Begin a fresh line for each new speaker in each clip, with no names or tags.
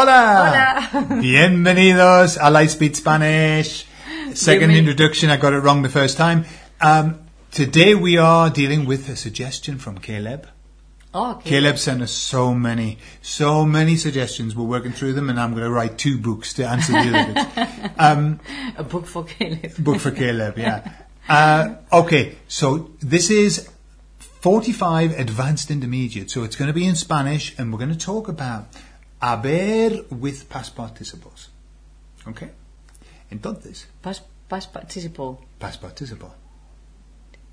Hola! Bienvenidos a Lightspeed Spanish. Second
Bienven-
introduction, I got it wrong the first time. Um, today we are dealing with a suggestion from Caleb.
Oh, okay.
Caleb sent us so many, so many suggestions. We're working through them, and I'm going to write two books to answer the other bits.
A book for Caleb.
Book for Caleb, yeah. Uh, okay, so this is 45 Advanced Intermediate. So it's going to be in Spanish, and we're going to talk about haber with past participles. Okay? Entonces,
Past, past participle.
past participle.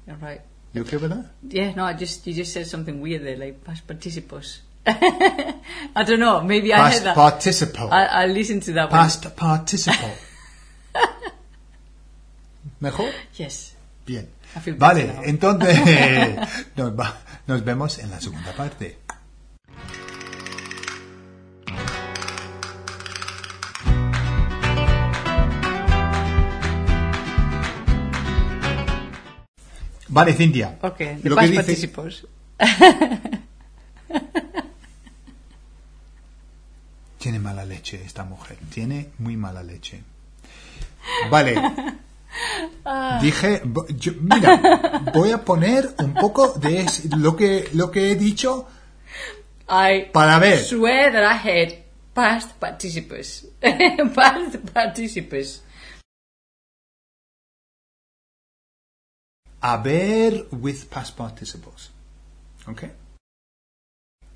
All right.
You okay with that?
Yeah, no, I just you just said something weird there, like past participles. I don't know. Maybe I
past
heard that.
participle.
I, I listened to that
past participle. Mejor?
one. Yes.
Bien.
I feel
Vale,
better now.
entonces nos, va- nos vemos en la segunda parte. Vale, Cintia.
Okay. The
Lo que
past
dice-
participles.
Tiene mala leche esta mujer. Tiene muy mala leche. Vale. Dije, bo- yo- mira, voy a poner un poco de es- lo que lo que he dicho
I
para ver.
swear that I heard past participles. past participles.
Haber with past participles. Okay?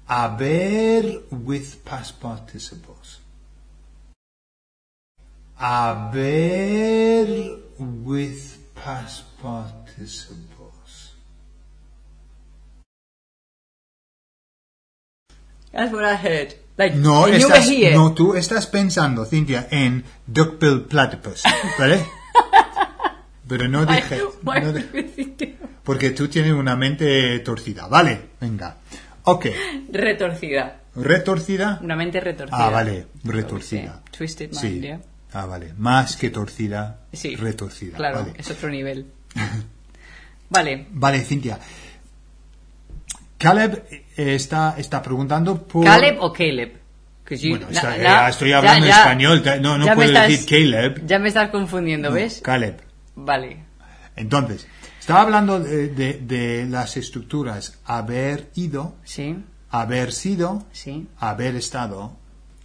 Haber with past participles. Haber with past participles.
That's what I heard. Like
No,
when you were
estás,
here.
no, tú estás pensando, Cintia, en duckbill platypus, ¿vale? Pero no
I,
dije,
why
no dije-
would you do-
porque tú tienes una mente torcida, ¿vale? Venga. Ok,
retorcida.
retorcida.
Una mente retorcida.
Ah, vale, retorcida.
Sí, Twisted mind,
Sí.
yeah.
Ah, vale, más que torcida,
Sí.
retorcida.
Claro,
Vale.
es otro nivel. Vale.
Vale, Cintia. Caleb eh, está, está preguntando por...
¿Caleb o Caleb? 'Cause you-
Bueno, está-
na- na-
eh, estoy hablando
ya- ya-
español, ta- no, no
ya me
puedo
estás-
decir Caleb.
Ya me estás confundiendo,
No,
¿ves?
Caleb.
Vale.
Entonces, estaba hablando de, de- de las estructuras haber ido,
Sí,
haber sido,
sí.
haber estado.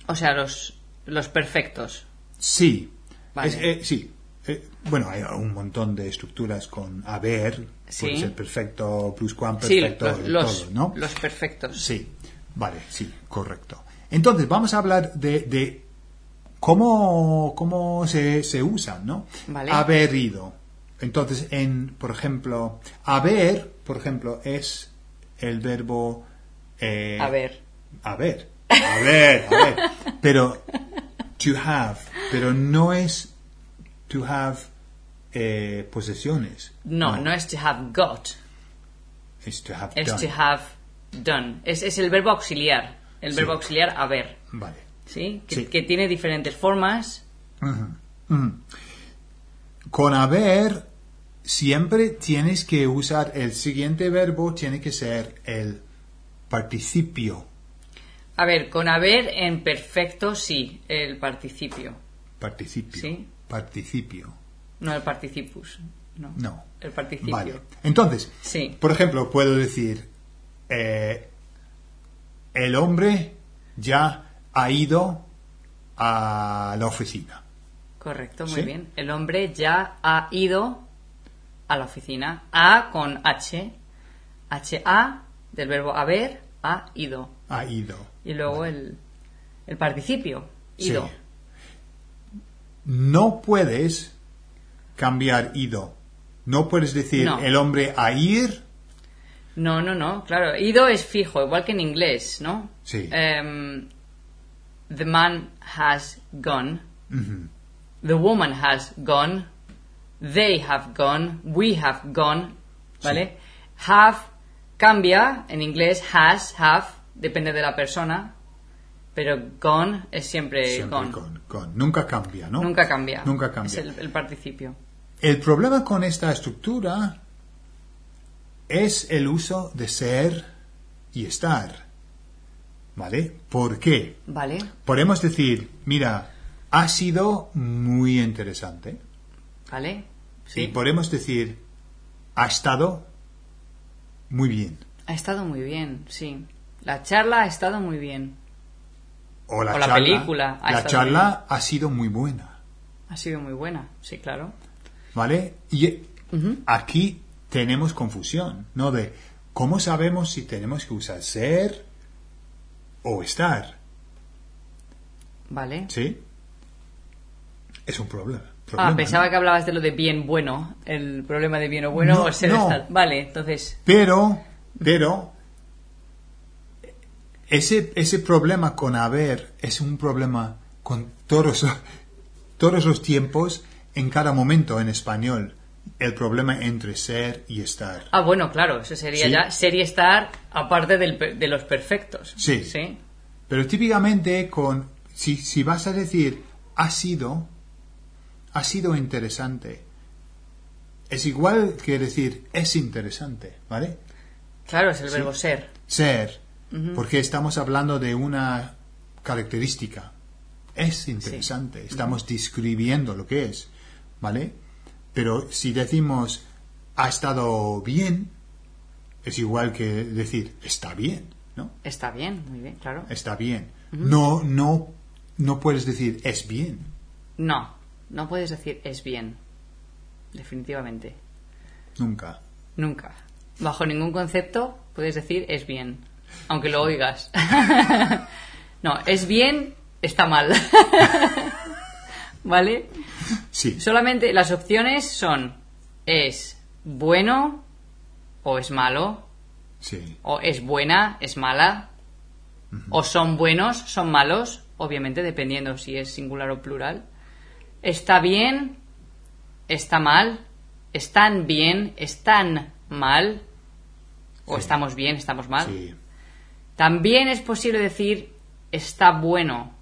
O sea, los, los perfectos.
Sí.
Vale.
Es- eh, sí. Eh, bueno, hay un montón de estructuras con haber,
Sí.
puede ser perfecto,
Sí,
pluscuamperfecto,
los, los,
todo, ¿no?
los perfectos.
Sí, vale, sí, correcto. Entonces, vamos a hablar de, de cómo, cómo se, se usan, ¿no?
Vale.
Haber ido. Entonces, en, por ejemplo, haber, por ejemplo, es el verbo... eh,
A ver.
Haber. Haber, haber. Pero, to have. Pero no es to have eh, posesiones.
No, no, es to have got,
Es to have
es
done.
to have done. Es, es el verbo auxiliar. El
Sí.
verbo auxiliar haber.
Vale.
¿Sí? Que,
Sí.
que tiene diferentes formas.
Con haber siempre tienes que usar el siguiente verbo, tiene que ser el participio.
A ver, con haber en perfecto sí, el participio.
Participio.
Sí.
Participio.
No el participus. No.
No.
El participio.
Vale. Entonces,
Sí.
por ejemplo, puedo decir, eh, el hombre ya ha ido a la oficina.
Correcto, muy
Sí.
bien. El hombre ya ha ido a la oficina. A con H. H-A del verbo haber, ha ido.
Ha ido.
Y luego el, el participio,
Sí.
ido.
No puedes cambiar ido. No puedes decir
No.
el hombre a ir
No, no, no, claro. Ido es fijo, igual que en inglés, ¿no?
Sí.
Em, the man has gone. The woman has gone. They have gone. We have gone. ¿Vale? Have cambia en inglés. Has, have, depende de la persona. Pero gone es siempre,
Siempre
gone.
con, con. Nunca cambia, ¿no?
Eh, Nunca cambia.
Nunca cambia.
Es el, el participio.
El problema con esta estructura es el uso de ser y estar. ¿Vale? ¿Por qué?
¿Vale?
Podemos decir, mira, ha sido muy interesante.
¿Vale?
Y
Sí.
podemos decir, ha estado muy bien.
Ha estado muy bien, sí. La charla ha estado muy bien.
O la,
O la
charla-
película ha
La
estado
charla ha sido muy buena.
Ha sido muy buena, sí, claro.
¿Vale? Y eh, aquí tenemos confusión, ¿no? De cómo sabemos si tenemos que usar ser o estar,
¿Vale?
¿sí? Es un problema.
Ah,
problema,
pensaba
¿no?
que hablabas de lo de bien bueno, el problema de bien o bueno
No,
o ser
no.
estar- Vale, entonces,
Pero, pero, ese, ese problema con haber es un problema con todos, todos los tiempos, en cada momento en español. El problema entre ser y estar.
ah, bueno, claro, eso sería
Sí.
ya ser y estar aparte del per- de los perfectos.
Sí.
Sí.
Pero típicamente con, si, si vas a decir ha sido, ha sido interesante. Es igual que decir es interesante, ¿vale?
Claro, es el verbo ser.
ser, porque estamos hablando de una característica. Es interesante, estamos describiendo lo que es, ¿vale? Pero si decimos ha estado bien, es igual que decir está bien, ¿no?
Está bien, muy bien, claro.
Está bien. No, no, no puedes decir es bien.
No, no puedes decir es bien. Definitivamente.
Nunca.
Nunca. Bajo ningún concepto puedes decir es bien, aunque lo oigas. no, es bien está mal. ¿Vale?
Sí.
Solamente las opciones son es bueno o es malo,
Sí.
o es buena, es mala, o son buenos, son malos, obviamente dependiendo si es singular o plural. Está bien, está mal, están bien, están mal, o
Sí.
estamos bien, estamos mal.
Sí.
También es posible decir está bueno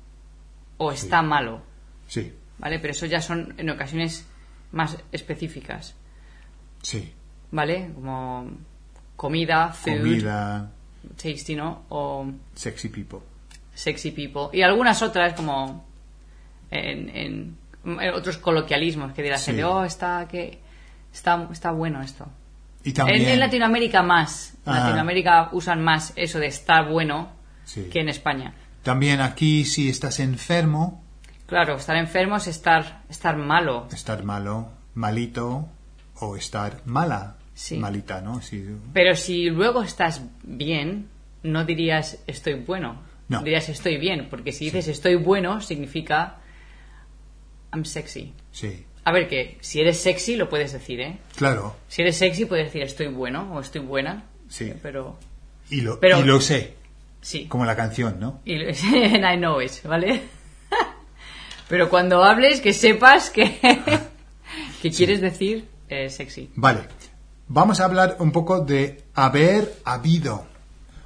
o está malo,
Sí.
¿vale? Pero eso ya son en ocasiones más específicas,
Sí.
¿vale? Como comida, food,
Comida,
tasty, ¿no? O
sexy people.
sexy people y algunas otras como en, en- en otros coloquialismos que dirá la
Sí.
gente oh está que está está bueno esto
Y
en,
también.
en Latinoamérica más en
Ah, Ajá.
Latinoamérica usan más eso de está bueno
Sí.
que en España
También aquí si estás enfermo,
claro estar enfermo es estar estar malo
estar malo, malito o estar mala,
Sí.
malita, ¿no? Sí.
pero si luego estás bien no dirías estoy bueno
No.
dirías estoy bien porque si dices estoy bueno significa I'm sexy
sí.
a ver que si eres sexy lo puedes decir eh
Claro,
Si eres sexy, puedes decir estoy bueno o estoy buena. Eh,
Sí.
Pero
y lo,
Pero-
y lo sé,
sí.
como la canción, ¿no?
Y, and I know it, ¿vale? Pero cuando hables, que sepas que, que quieres decir eh, sexy.
Vale, vamos a hablar un poco de haber habido,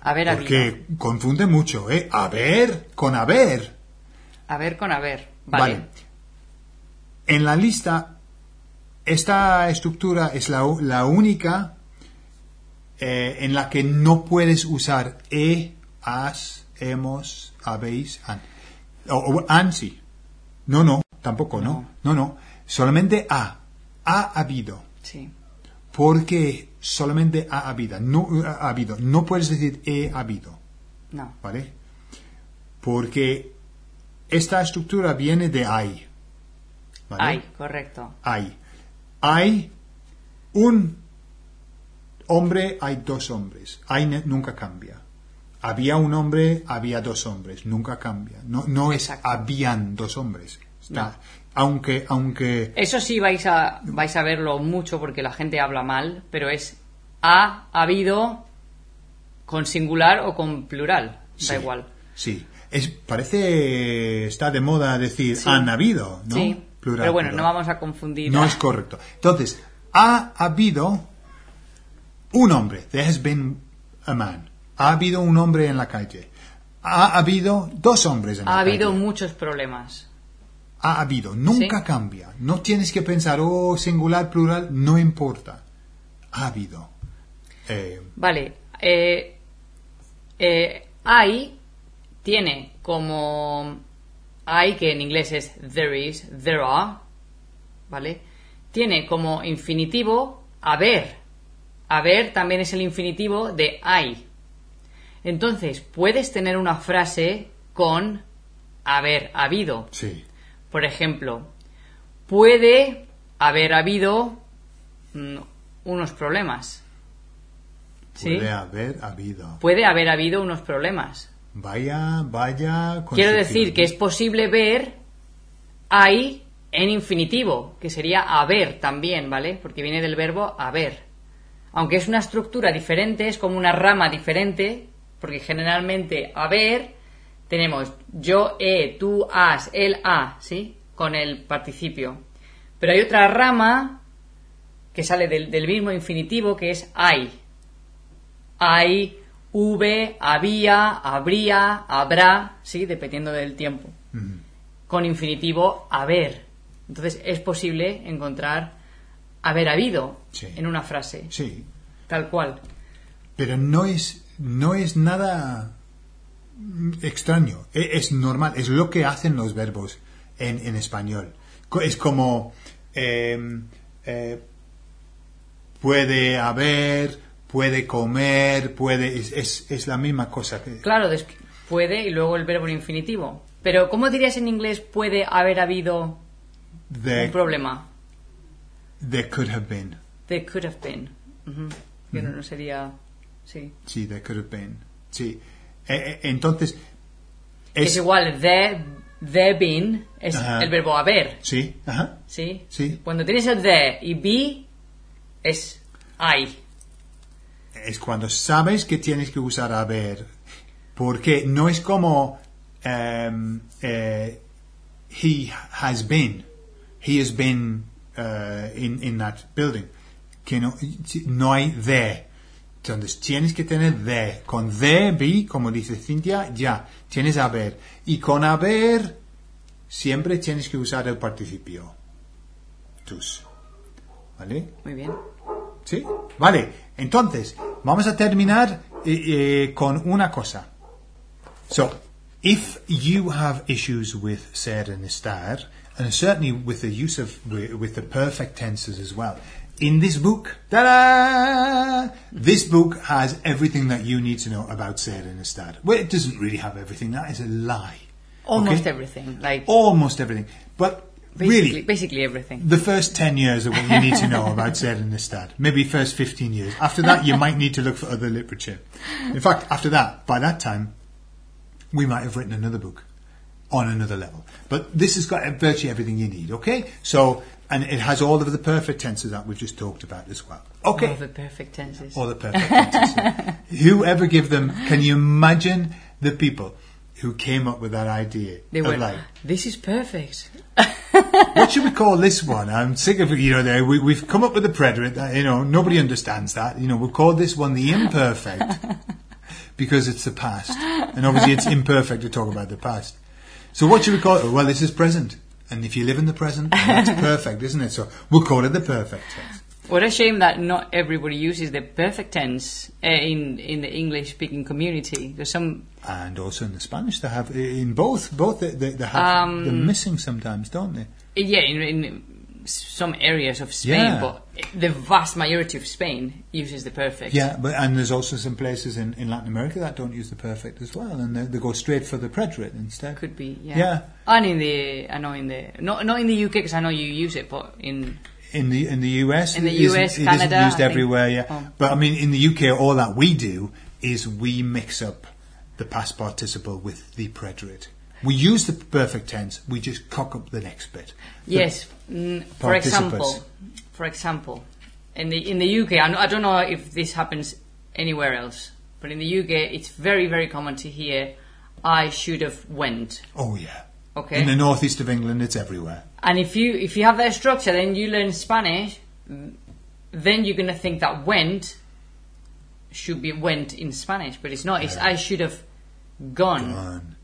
Haber habido.
porque confunde mucho, ¿eh? Haber con haber.
Haber con haber. Vale.
En la lista, esta estructura es la, u- la única eh, en la que no puedes usar he, has, hemos, habéis, han. O, o han sí. No, no, tampoco, no. No, no. Solamente ha. Ha habido.
Sí.
Porque solamente ha habido. No, ha habido. No puedes decir he habido.
No.
¿Vale? Porque esta estructura viene de hay. ¿Vale?
Ay, correcto.
Hay. Hay un hombre, hay dos hombres. Hay ne- nunca cambia. Había un hombre, había dos hombres. Nunca cambia. No, no es
Exacto.
habían dos hombres. Está-
No.
Aunque, aunque,
Eso sí vais a, vais a verlo mucho porque la gente habla mal, pero es ha habido con singular o con plural.
sí,
Da igual.
Sí. Es, parece, está de moda decir
Sí.
han habido, ¿no?
Sí.
Plural,
pero bueno,
plural.
no vamos a confundir.
No es correcto. Entonces, ha habido un hombre. There has been a man. Ha habido un hombre en la calle. Ha habido dos hombres en
ha
la
habido
calle.
muchos problemas.
Ha habido. Nunca
Sí.
cambia. No tienes que pensar, oh, singular, plural, no importa. Ha habido. Eh,
Vale. eh, eh, hay tiene como hay, que en inglés es there is, there are, ¿vale? Tiene como infinitivo haber. Haber también es el infinitivo de hay. Entonces, puedes tener una frase con haber habido.
Sí.
Por ejemplo, puede haber habido mm, unos problemas. ¿Sí?
Puede haber habido.
Puede haber habido unos problemas.
Vaya, vaya.
Quiero
constructivo.
decir que es posible ver hay en infinitivo, que sería haber también, ¿vale? Porque viene del verbo haber. Aunque es una estructura diferente, es como una rama diferente, porque generalmente haber tenemos yo, he, tú, has, él, ha, ¿sí? Con el participio. Pero hay otra rama que sale del, del mismo infinitivo que es hay. Hay, hube, había, habría, habrá, ¿sí? Dependiendo del tiempo
Ujú.
con infinitivo haber. Entonces es posible encontrar haber habido
Sí.
en una frase,
Sí,
tal cual.
pero no es, no es nada mm, extraño. E- Es, normal, es lo que hacen los verbos en, en español. Co- Es como eh, eh, puede haber, puede comer, puede. Es, es, es la misma cosa. que-
Claro, des- puede y luego el verbo en infinitivo. Pero ¿cómo dirías en inglés puede haber habido un
There,
problema?
there could have been.
There could have been. Ujú. Que no- no sería... Sí.
Sí, there could have been. Sí. E- e- entonces.
Es, igual, there, there been es
Ajá.
el verbo haber,
Sí, ajá.
¿sí?
Sí.
Cuando tienes el there y be es hay.
es cuando sabes que tienes que usar haber. Porque no es como em, eh, he has been. He has been eh, in, in that building. Que no, no hay there. Entonces tienes que tener there. Con there be, como dice Cintia, ya. Tienes haber. Y con haber siempre tienes que usar el participio. Tus. ¿Vale?
Muy bien.
¿Sí? Vale, entonces, vamos a terminar eh, eh, con una cosa. So, if you have issues with ser and estar, and certainly with the use of, wi- with the perfect tenses as well, in this book, ta-da! This book has everything that you need to know about ser and estar. Well, it doesn't really have everything, that is a lie.
Almost
Okay?
everything. Like,
Almost everything. But
basically,
Oh, really,
basically everything.
the first 10 years are what you need to know about Zed and Nistad. Maybe first 15 years. After that, you might need to look for other literature. In fact, after that, by that time, we might have written another book on another level. But this has got virtually everything you need, okay? So, and it has all of the perfect tenses that we've just talked about as well. Okay.
All of the perfect tenses.
All the perfect tenses. Whoever give them, can you imagine the people who came up with that idea?
They
of
were
like,
this is perfect.
what should we call this one? I'm sick of you know. There we, we've come up with a preterite that you know nobody understands that. You know, we'll call this one the imperfect because it's the past, and obviously it's imperfect to talk about the past. So what should we call it? Well, this is present, and if you live in the present, that's perfect, isn't it? So we'll call it the perfect. tense.
What a shame that not everybody uses the perfect tense uh, in in the English speaking community. There's some
And also in the Spanish, they have in both both they, they, they have
Um,
they're missing sometimes, don't they?
yeah in, in some areas of Spain,
Yeah.
but the vast majority of Spain uses the perfect.
Yeah, but and there's also some places in, in Latin America that don't use the perfect as well, and they, they go straight for the preterite instead.
could be yeah.
Yeah.
And in the I know in the not not in the UK because I know you use it, but in
in the in the US,
In the
it isn't-
US,
it isn't
Canada, I
used
think.
everywhere. Yeah,
Oh.
but I mean, in the UK, all that we do is we mix up the past participle with the preterite. We use the perfect tense. We just cock up the next bit. The-
Yes, mm, for example, for example, in the in the UK, I, kn- I don't know if this happens anywhere else, but in the UK, it's very very common to hear "I should have went."
Oh yeah.
Okay.
In the northeast of England, it's everywhere.
And if you if you have that structure, then you learn Spanish, mm, then you're gonna think that "went" should be "went" in Spanish, but it's not. It's "I should have gone."
Um,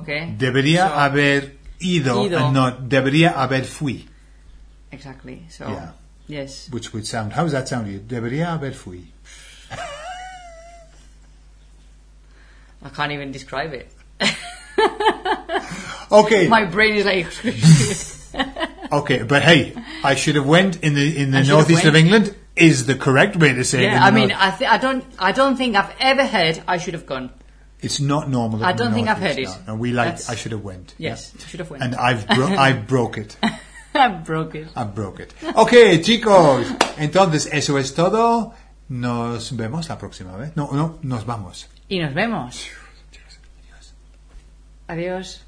Okay.
debería
So-
haber ido,
Ido.
and not debería haber fui,
Exactly. So.
Yeah.
Yes.
which would sound. How does that sound to you? Debería haber fui.
I can't even describe it.
Okay.
My brain is like.
okay, but hey, I should have went in the in the
I should have
northeast of
went.
England is the correct way to say it. in
yeah,
the
I mean,
north.
I, th- I don't, I don't think I've ever heard. I should have gone.
it's not normal.
I
in the
don't think I've
northeast,
heard it.
No, no, we like.
That's-
I should have went.
Yes, I should have went.
And I've Uh, bro- I broke it.
I broke it.
I broke it. Okay, chicos. Entonces eso es todo. Nos vemos la próxima vez. No, no, nos vamos.
Y nos vemos. Adiós.